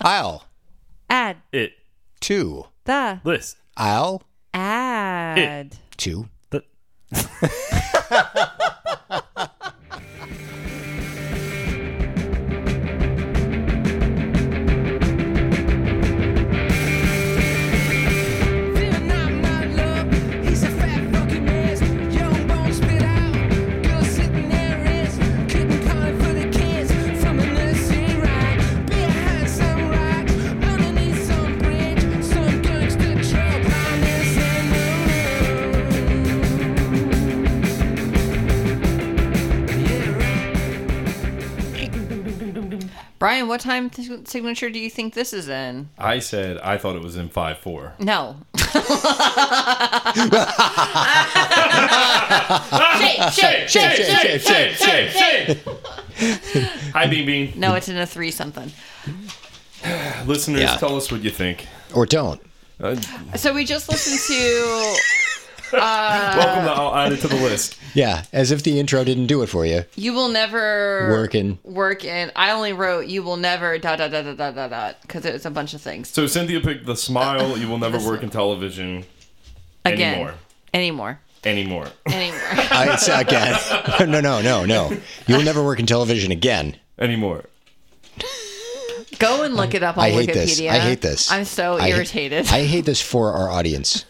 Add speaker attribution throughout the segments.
Speaker 1: I'll
Speaker 2: Add
Speaker 3: It.
Speaker 1: two.
Speaker 2: the
Speaker 3: This.
Speaker 1: I'll
Speaker 2: ad.
Speaker 1: two.
Speaker 3: The.
Speaker 4: Brian, what time th- signature do you think this is in?
Speaker 3: I said I thought it was in five four.
Speaker 4: No. shake, shake, shake, shake,
Speaker 1: shake, shake,
Speaker 3: shake, shake. Hi, Bean Bean.
Speaker 4: No, it's in a three something.
Speaker 3: Listeners,
Speaker 1: Yeah.
Speaker 3: tell us what you think.
Speaker 1: Or don't.
Speaker 4: So we just listened to.
Speaker 3: Welcome to I'll add it to the list.
Speaker 1: Yeah, as if the intro didn't do it for you.
Speaker 4: You will never
Speaker 1: Work in.
Speaker 4: work in. I only wrote you will never dot dot dot dot dot dot dot because it's a bunch of things.
Speaker 3: So Cynthia picked the smile. You will never work in television
Speaker 4: Again,
Speaker 3: anymore.
Speaker 4: anymore,
Speaker 3: Anymore.
Speaker 4: anymore.
Speaker 1: I, it's again. No, no, no, no. You'll never work in television again.
Speaker 3: Anymore.
Speaker 4: Go and look it up on
Speaker 1: I hate
Speaker 4: Wikipedia.
Speaker 1: this. I hate this.
Speaker 4: I'm so
Speaker 1: I hate-
Speaker 4: irritated.
Speaker 1: I hate this for our audience.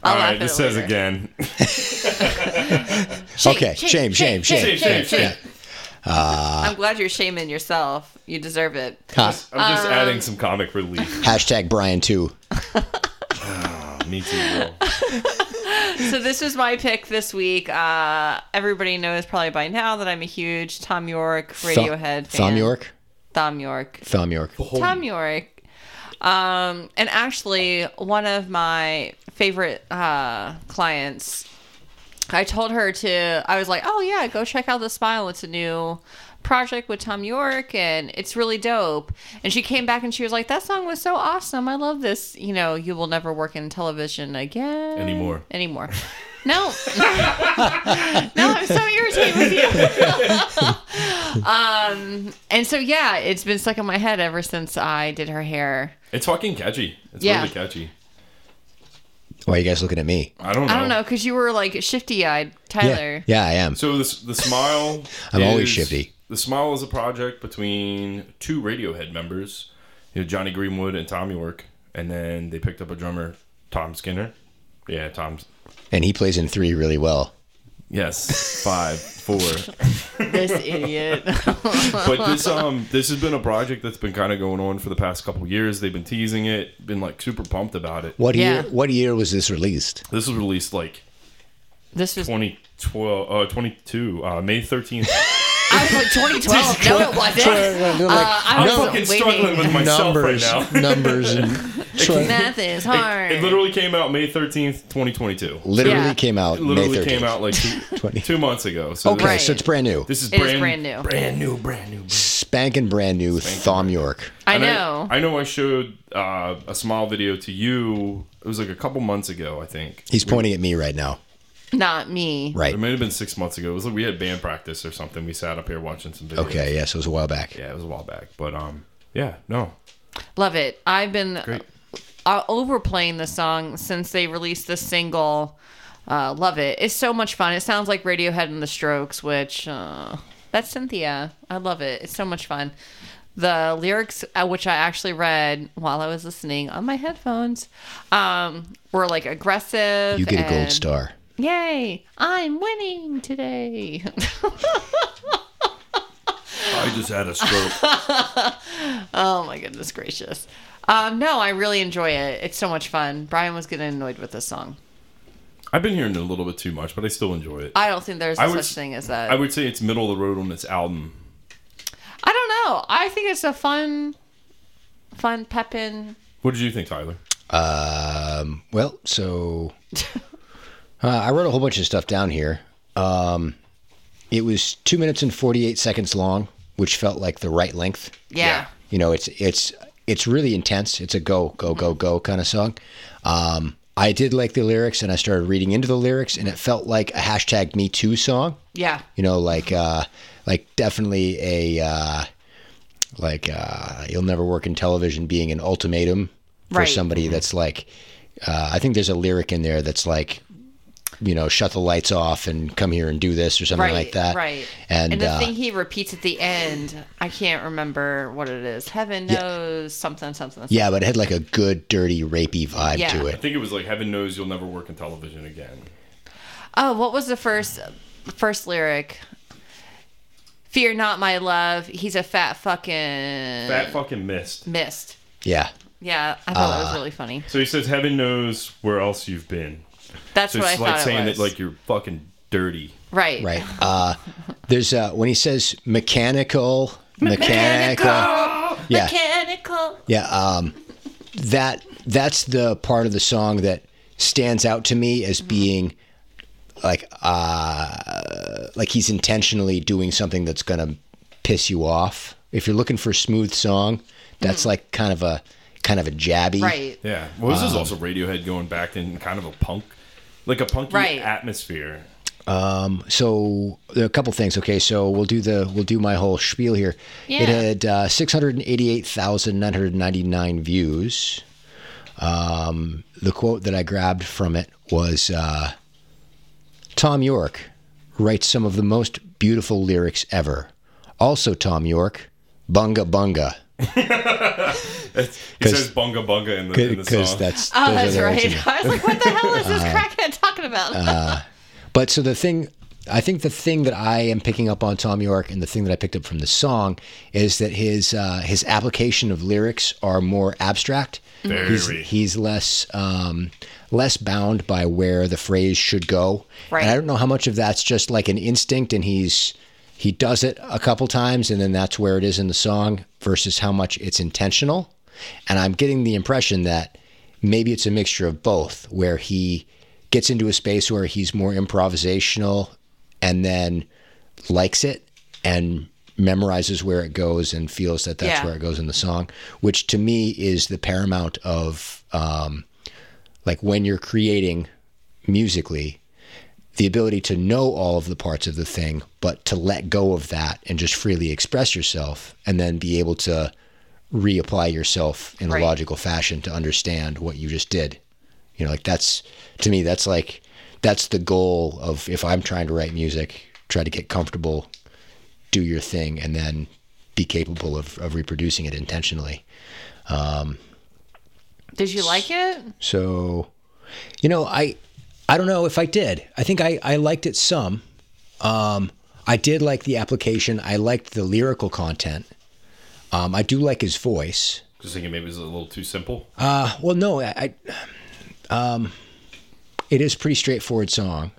Speaker 4: I'll
Speaker 3: All
Speaker 4: laugh
Speaker 3: right,
Speaker 4: at
Speaker 3: this
Speaker 4: it
Speaker 3: says
Speaker 4: later.
Speaker 3: again.
Speaker 1: okay, shame, shame, shame.
Speaker 3: Shame, shame, shame.
Speaker 4: I'm glad you're shaming yourself. You deserve it.
Speaker 1: Ha.
Speaker 3: I'm
Speaker 4: Uh,
Speaker 3: just adding some comic relief.
Speaker 1: Hashtag Brian too.
Speaker 3: Me too, bro.
Speaker 4: So this is my pick this week. Uh, everybody knows probably by now that I'm a huge Tom York Radiohead fan.
Speaker 1: Thom York.
Speaker 4: Tom York.
Speaker 1: Thom York.
Speaker 4: Tom York. Um, and actually, one of my favorite uh, clients, I told her to, I was like, oh, yeah, go check out The Smile. It's a new project with Tom York and it's really dope. And she came back and she was like, that song was so awesome. I love this. You know, you will never work in television again.
Speaker 3: Anymore.
Speaker 4: Anymore. No. no, I'm so irritated with you. And so yeah, it's been stuck in my head ever since I did her hair.
Speaker 3: It's fucking catchy. It's
Speaker 4: Yeah.
Speaker 3: really catchy.
Speaker 1: Why are you guys looking at me?
Speaker 3: I don't know.
Speaker 4: I don't know because you were like shifty-eyed,
Speaker 1: Oh. Yeah,
Speaker 4: Tyler.
Speaker 1: yeah, I am.
Speaker 3: So this the smile.
Speaker 1: I'm always
Speaker 3: is-
Speaker 1: shifty.
Speaker 3: The smile is a project between two Radiohead members, you know, Johnny Greenwood and Tom York, and then they picked up a drummer, Tom Skinner. Yeah, Tom's.
Speaker 1: And he plays in three really well.
Speaker 3: Yes, five, four.
Speaker 4: This idiot.
Speaker 3: But this um this has been a project that's been kind of going on for the past couple years. They've been teasing it, been like super pumped about it.
Speaker 1: What
Speaker 4: Yeah.
Speaker 1: year? What year was this released?
Speaker 3: This was released like
Speaker 4: this was.
Speaker 3: 2012, uh, 22, uh, May 13th.
Speaker 4: I was like 2012. no, it wasn't. Uh, I
Speaker 3: I'm
Speaker 4: was
Speaker 3: fucking struggling
Speaker 4: waiting.
Speaker 3: with myself
Speaker 1: numbers,
Speaker 3: right now.
Speaker 1: numbers, and Troy
Speaker 4: Math is hard.
Speaker 3: It, it literally came out May 13th, 2022.
Speaker 1: literally
Speaker 4: Yeah.
Speaker 1: came out.
Speaker 3: It literally
Speaker 1: May 13th.
Speaker 3: came out like two, two months ago. So
Speaker 1: Okay,
Speaker 4: Right.
Speaker 1: so it's brand new,
Speaker 3: this, this is,
Speaker 4: It
Speaker 3: brand,
Speaker 4: is brand new.
Speaker 3: Brand new, brand new. Brand.
Speaker 1: spanking brand new. Thom York.
Speaker 4: I
Speaker 3: And
Speaker 4: know.
Speaker 3: I, know I showed uh, a small video to you. It was like a couple months ago, I think.
Speaker 1: He's pointing at me right now.
Speaker 4: Not me.
Speaker 1: Right.
Speaker 3: It might have been six months ago. It was like we had band practice or something. We sat up here watching some videos.
Speaker 1: Okay. Yes, it was a while back.
Speaker 3: Yeah, it was a while back. But um, yeah, no.
Speaker 4: Love it. I've been
Speaker 3: Great.
Speaker 4: uh, overplaying the song since they released the single. Uh, love it. It's so much fun. It sounds like Radiohead and the Strokes, which uh, that's Cynthia. I love it. It's so much fun. The lyrics, uh, which I actually read while I was listening on my headphones, um, were like aggressive.
Speaker 1: You get a gold
Speaker 4: and-
Speaker 1: star.
Speaker 4: Yay! I'm winning today.
Speaker 3: I just had a stroke.
Speaker 4: oh my goodness gracious. Um, no, I really enjoy it. It's so much fun. Brian was getting annoyed with this song.
Speaker 3: I've been hearing it a little bit too much, but I still enjoy it.
Speaker 4: I don't think there's
Speaker 3: I
Speaker 4: such
Speaker 3: would s-
Speaker 4: thing as that.
Speaker 3: I
Speaker 4: I,
Speaker 3: would say it's middle of the road on this album.
Speaker 4: don't know. I think it's a fun, fun peppin.
Speaker 3: What did you think, Tyler?
Speaker 1: Um, well, so uh, I wrote a whole bunch of stuff down here. Um, it was two minutes and forty-eight seconds long, which felt like the right length.
Speaker 4: Yeah.
Speaker 1: You know, it's it's it's really intense. It's a go go go go kind of song. Um, I did like the lyrics, and I started reading into the lyrics, and it felt like a hashtag Me Too song.
Speaker 4: yeah,
Speaker 1: You know, like uh, like definitely a uh, Like uh, you'll never work in television being an ultimatum for
Speaker 4: Right.
Speaker 1: somebody that's like. Uh, I think there's a lyric in there that's like, you know, shut the lights off and come here and do this or something
Speaker 4: right,
Speaker 1: like that.
Speaker 4: right.
Speaker 1: And,
Speaker 4: the
Speaker 1: uh,
Speaker 4: thing he repeats at the end, I can't remember what it is. Heaven knows something, something. something.
Speaker 1: yeah, but it had like a good, dirty, rapey vibe
Speaker 4: Yeah.
Speaker 1: to
Speaker 3: I
Speaker 1: it.
Speaker 3: think it was like heaven knows you'll never work in television again.
Speaker 4: Oh, what was the first first lyric? Fear not, my love. He's a fat fucking
Speaker 3: That fucking missed.
Speaker 4: mist.
Speaker 1: Yeah.
Speaker 4: Yeah, I thought that was
Speaker 1: Uh,
Speaker 4: really funny.
Speaker 3: So he says heaven knows where else you've been.
Speaker 4: That's
Speaker 3: So
Speaker 4: what I
Speaker 3: it's like
Speaker 4: thought
Speaker 3: saying
Speaker 4: it was.
Speaker 3: that like you're fucking dirty.
Speaker 4: right,
Speaker 1: Right. Uh, there's uh, when he says mechanical, mechanical. Yeah.
Speaker 4: Mechanical.
Speaker 1: Yeah, um, that that's the part of the song that stands out to me as being like uh, like he's intentionally doing something that's gonna piss you off. If you're looking for a smooth song, that's like kind of a kind of a jabby.
Speaker 4: Right.
Speaker 3: Yeah. Well, this is also Radiohead going back in kind of a punk, like a punky
Speaker 4: Right.
Speaker 3: atmosphere.
Speaker 1: So there are a couple things. Okay, so we'll do the we'll do my whole spiel here.
Speaker 4: Yeah.
Speaker 1: It had uh, six hundred and eighty-eight thousand nine hundred ninety-nine views. Um, the quote that I grabbed from it was uh, Tom York writes some of the most beautiful lyrics ever. Also, Tom York, bunga bunga,
Speaker 3: He
Speaker 1: 'Cause-
Speaker 3: says bunga bunga in the, in the
Speaker 1: because
Speaker 3: song.
Speaker 1: that's
Speaker 4: Oh,
Speaker 1: those are the Uh, words
Speaker 4: that's
Speaker 1: in
Speaker 4: right.
Speaker 1: it.
Speaker 4: I was like, what the hell is this crackhead talking about?
Speaker 1: But so the thing, I think the thing that I am picking up on Tom York and the thing that I picked up from the song is that his uh, his application of lyrics are more abstract.
Speaker 3: Very.
Speaker 1: He's, he's less um, less bound by where the phrase should go.
Speaker 4: Right.
Speaker 1: And I don't know how much of that's just like an instinct, and he's he does it a couple times, and then that's where it is in the song versus how much it's intentional. And I'm getting the impression that maybe it's a mixture of both, where he gets into a space where he's more improvisational, and then likes it and memorizes where it goes and feels that that's
Speaker 4: Yeah.
Speaker 1: where it goes in the song, which to me is the paramount of um, like when you're creating musically, the ability to know all of the parts of the thing, but to let go of that and just freely express yourself and then be able to reapply yourself in
Speaker 4: Right.
Speaker 1: a logical fashion to understand what you just did. You know, like that's to me, that's like that's the goal of if I'm trying to write music, try to get comfortable, do your thing, and then be capable of, of reproducing it intentionally.
Speaker 4: Did you like it?
Speaker 1: So, you know, I I don't know if I did. I think I I liked it some. Um, I did like the application. I liked the lyrical content. Um, I do like his voice.
Speaker 3: Just thinking maybe it's a little too simple.
Speaker 1: Uh, well, no, I, I um, it is pretty straightforward song,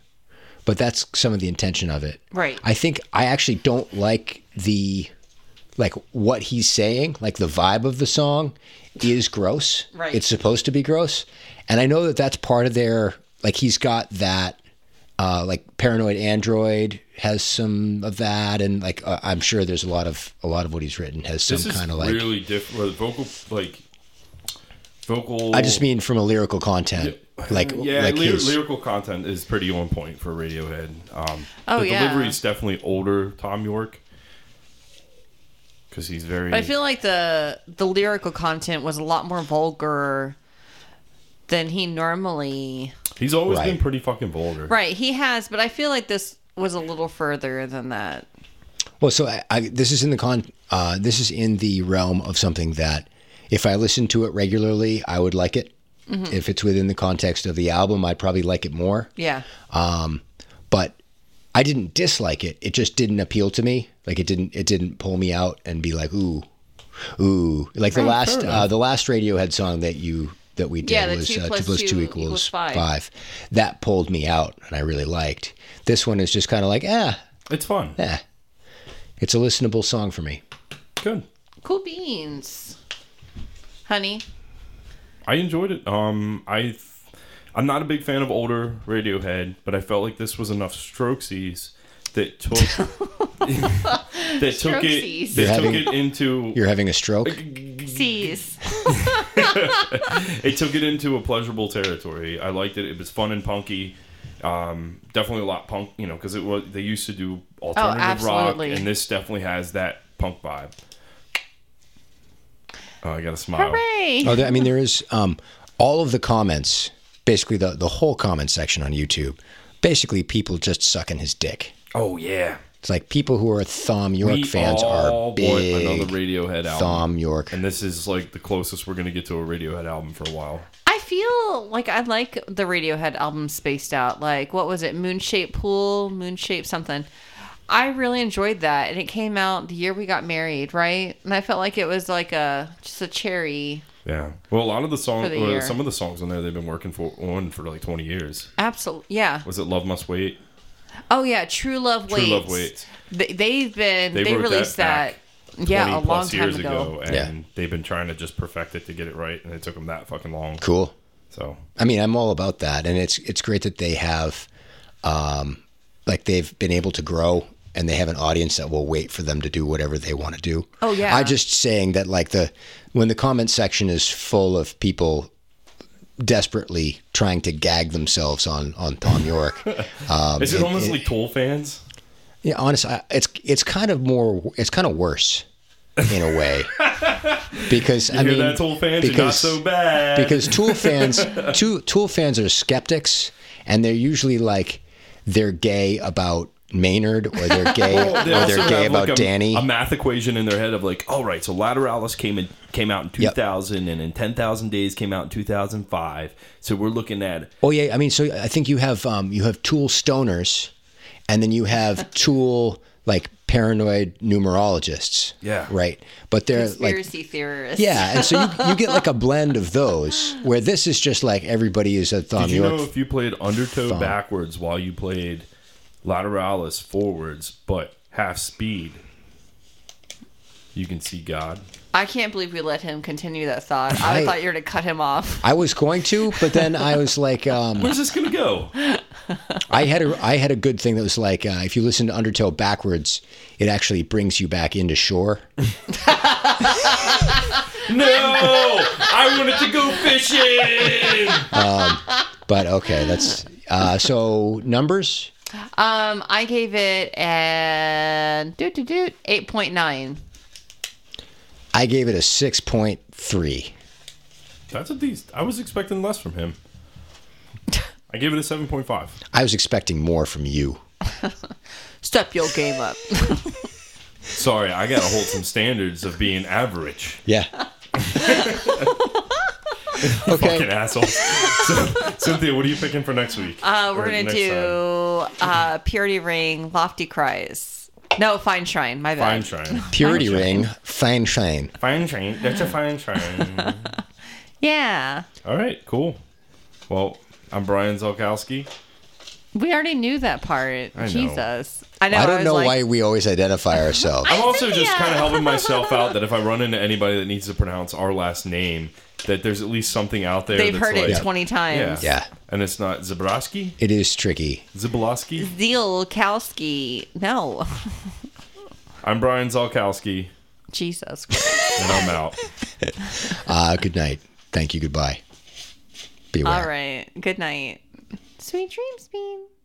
Speaker 1: but that's some of the intention of it.
Speaker 4: Right.
Speaker 1: I think I actually don't like the like what he's saying, like the vibe of the song is gross.
Speaker 4: Right.
Speaker 1: It's supposed to be gross. And I know that that's part of their like he's got that uh like paranoid android has some of that and like uh, I'm sure there's a lot of a lot of what he's written has some
Speaker 3: this is
Speaker 1: kind of like
Speaker 3: really different. The vocal like vocal.
Speaker 1: I just mean from a lyrical content. Like
Speaker 3: yeah,
Speaker 1: like
Speaker 3: lyr-
Speaker 1: his-
Speaker 3: lyrical content is pretty on point for Radiohead. Um,
Speaker 4: Oh,
Speaker 3: the
Speaker 4: yeah.
Speaker 3: delivery is definitely older Tom York because he's very.
Speaker 4: I feel like the the lyrical content was a lot more vulgar than he normally.
Speaker 3: he's always
Speaker 1: Right.
Speaker 3: been pretty fucking vulgar.
Speaker 4: Right, he has, but I feel like this was a little further than that.
Speaker 1: Well, so I, I, this is in the con. Uh, this is in the realm of something that, if I listened to it regularly, I would like it.
Speaker 4: Mm-hmm.
Speaker 1: If it's within the context of the album, I'd probably like it more.
Speaker 4: Yeah.
Speaker 1: But I didn't dislike it. It just didn't appeal to me. Like it didn't. It didn't pull me out and be like, ooh, ooh. Like the last, uh, the last Radiohead song that you that we did
Speaker 4: Yeah, the
Speaker 1: was
Speaker 4: two
Speaker 1: uh,
Speaker 4: plus
Speaker 1: two plus two,
Speaker 4: two
Speaker 1: equals,
Speaker 4: equals five.
Speaker 1: five. That pulled me out, and I really liked. This one is just kind of like, eh,
Speaker 3: It's fun.
Speaker 1: eh. It's a listenable song for me.
Speaker 3: Good.
Speaker 4: cool beans. Honey.
Speaker 3: I enjoyed it. Um, I, th- I'm not a big fan of older Radiohead, but I felt like this was enough strokesies that took that took it
Speaker 4: Strokesies.
Speaker 3: that
Speaker 1: You're
Speaker 3: took
Speaker 1: having-
Speaker 3: it into
Speaker 1: You're having a stroke.
Speaker 4: C's.
Speaker 3: it took it into a pleasurable territory. I liked it. It was fun and punky. Um, definitely a lot punk, you know, because it was they used to do alternative rock,
Speaker 4: Oh, absolutely.
Speaker 3: and this definitely has that punk vibe. Oh, I got a smile.
Speaker 4: Hooray!
Speaker 1: Oh, there, I mean, there is um, all of the comments, basically the, the whole comment section on YouTube, basically people just sucking his dick.
Speaker 3: Oh yeah.
Speaker 1: It's like people who are Thom York
Speaker 3: We
Speaker 1: fans
Speaker 3: all
Speaker 1: are
Speaker 3: want
Speaker 1: big
Speaker 3: another Radiohead album.
Speaker 1: Thom York.
Speaker 3: And this is like the closest we're gonna get to a Radiohead album for a while.
Speaker 4: I feel like I like the Radiohead album spaced out. Like what was it? Moon Shaped Pool, Moon Shaped something. I really enjoyed that, and it came out the year we got married, right? And I felt like it was like a just a cherry.
Speaker 3: Yeah. Well, a lot of the songs,
Speaker 4: the
Speaker 3: or
Speaker 4: year.
Speaker 3: some of the songs on there, they've been working for on for like 20 years.
Speaker 4: Absolutely, yeah.
Speaker 3: Was it Love Must Wait?
Speaker 4: Oh yeah, True Love
Speaker 3: True
Speaker 4: Waits.
Speaker 3: Love Waits.
Speaker 4: They, they've been
Speaker 3: They
Speaker 4: they,
Speaker 3: wrote that
Speaker 4: released that,
Speaker 3: back
Speaker 4: yeah a long
Speaker 3: plus
Speaker 4: time
Speaker 3: years
Speaker 4: ago.
Speaker 3: and
Speaker 1: Yeah.
Speaker 3: they've been trying to just perfect it to get it right, and it took them that fucking long.
Speaker 1: Cool.
Speaker 3: So
Speaker 1: I mean, I'm all about that, and it's it's great that they have, um, like they've been able to grow, and they have an audience that will wait for them to do whatever they want to do.
Speaker 4: Oh, yeah.
Speaker 1: I just saying that like the when the comment section is full of people desperately trying to gag themselves on on Tom York. um,
Speaker 3: is it almost like Tool fans?
Speaker 1: yeah, honestly, I- it's it's kind of more it's kind of worse in a way because I
Speaker 3: Hear
Speaker 1: mean
Speaker 3: that, Tool fans? You're not
Speaker 1: because-
Speaker 3: so bad.
Speaker 1: because Tool fans, Tool, Tool fans are skeptics, and they're usually like they're gay about Maynard or they're gay
Speaker 3: They
Speaker 1: or
Speaker 3: also
Speaker 1: they're gay
Speaker 3: have, like,
Speaker 1: about
Speaker 3: a,
Speaker 1: Danny.
Speaker 3: A math equation in their head of like, all right, so Lateralis came in came out in two
Speaker 1: Yep.
Speaker 3: thousand, and in ten thousand days came out in two thousand five. So we're looking at
Speaker 1: oh yeah, I mean, so I think you have um, you have Tool stoners, and then you have Tool like paranoid numerologists.
Speaker 3: Yeah.
Speaker 1: right. But they're like
Speaker 4: Conspiracy theorists.
Speaker 1: yeah, and so you, you get like a blend of those where this is just like everybody is a Thom
Speaker 3: Did you
Speaker 1: York.
Speaker 3: know if you played undertow
Speaker 1: Thumb.
Speaker 3: backwards while you played lateralis forwards, but half speed, you can see God.
Speaker 4: I can't believe we let him continue that thought. I,
Speaker 1: I-
Speaker 4: thought you were gonna cut him off.
Speaker 1: I was going to, but then I was like, um,
Speaker 3: Where's this gonna go?
Speaker 1: I had a I had a good thing that was like uh, if you listen to Undertale backwards, it actually brings you back into shore.
Speaker 3: No, I wanted to go fishing.
Speaker 1: But okay, that's uh, so numbers.
Speaker 4: Um, I gave it an doot doot doot eight point nine.
Speaker 1: I gave it a six point three.
Speaker 3: That's a decent. I was expecting less from him. I gave it a seven point five.
Speaker 1: I was expecting more from you.
Speaker 4: Step your game up.
Speaker 3: Sorry, I gotta hold some standards of being average.
Speaker 1: Yeah.
Speaker 3: Fucking
Speaker 1: okay.
Speaker 3: asshole. So, Cynthia, what are you picking for next week?
Speaker 4: Uh, we're
Speaker 3: Or
Speaker 4: gonna
Speaker 3: next
Speaker 4: do
Speaker 3: time?
Speaker 4: uh, Purity Ring, Lofty Cries. No, Fine Shrine. My
Speaker 3: fine
Speaker 4: bad.
Speaker 3: train.
Speaker 1: Purity ring, fine shine.
Speaker 3: Fine train. That's a fine train.
Speaker 4: Yeah,
Speaker 3: All right, cool. Well, I'm Brian Zolkowski.
Speaker 4: we already knew that part.
Speaker 3: know.
Speaker 4: Jesus, I know.
Speaker 1: I don't
Speaker 4: was
Speaker 1: know
Speaker 4: like,
Speaker 1: why we always identify ourselves.
Speaker 3: I'm also just
Speaker 4: Cynthia.
Speaker 3: kind of helping myself out that if I run into anybody that needs to pronounce our last name, that there's at least something out there.
Speaker 4: They've
Speaker 3: that's
Speaker 4: heard it
Speaker 3: like-
Speaker 4: twenty
Speaker 3: Yeah.
Speaker 4: times.
Speaker 1: Yeah.
Speaker 3: And it's not Zabrowski?
Speaker 1: It is tricky.
Speaker 3: Zablowski?
Speaker 4: Zielkowski. No,
Speaker 3: I'm Brian Zolkowski,
Speaker 4: Jesus. Christ.
Speaker 3: and I'm out.
Speaker 1: Uh, good night. Thank you. Goodbye. Beware.
Speaker 4: All right. Good night. Sweet dreams, Bean.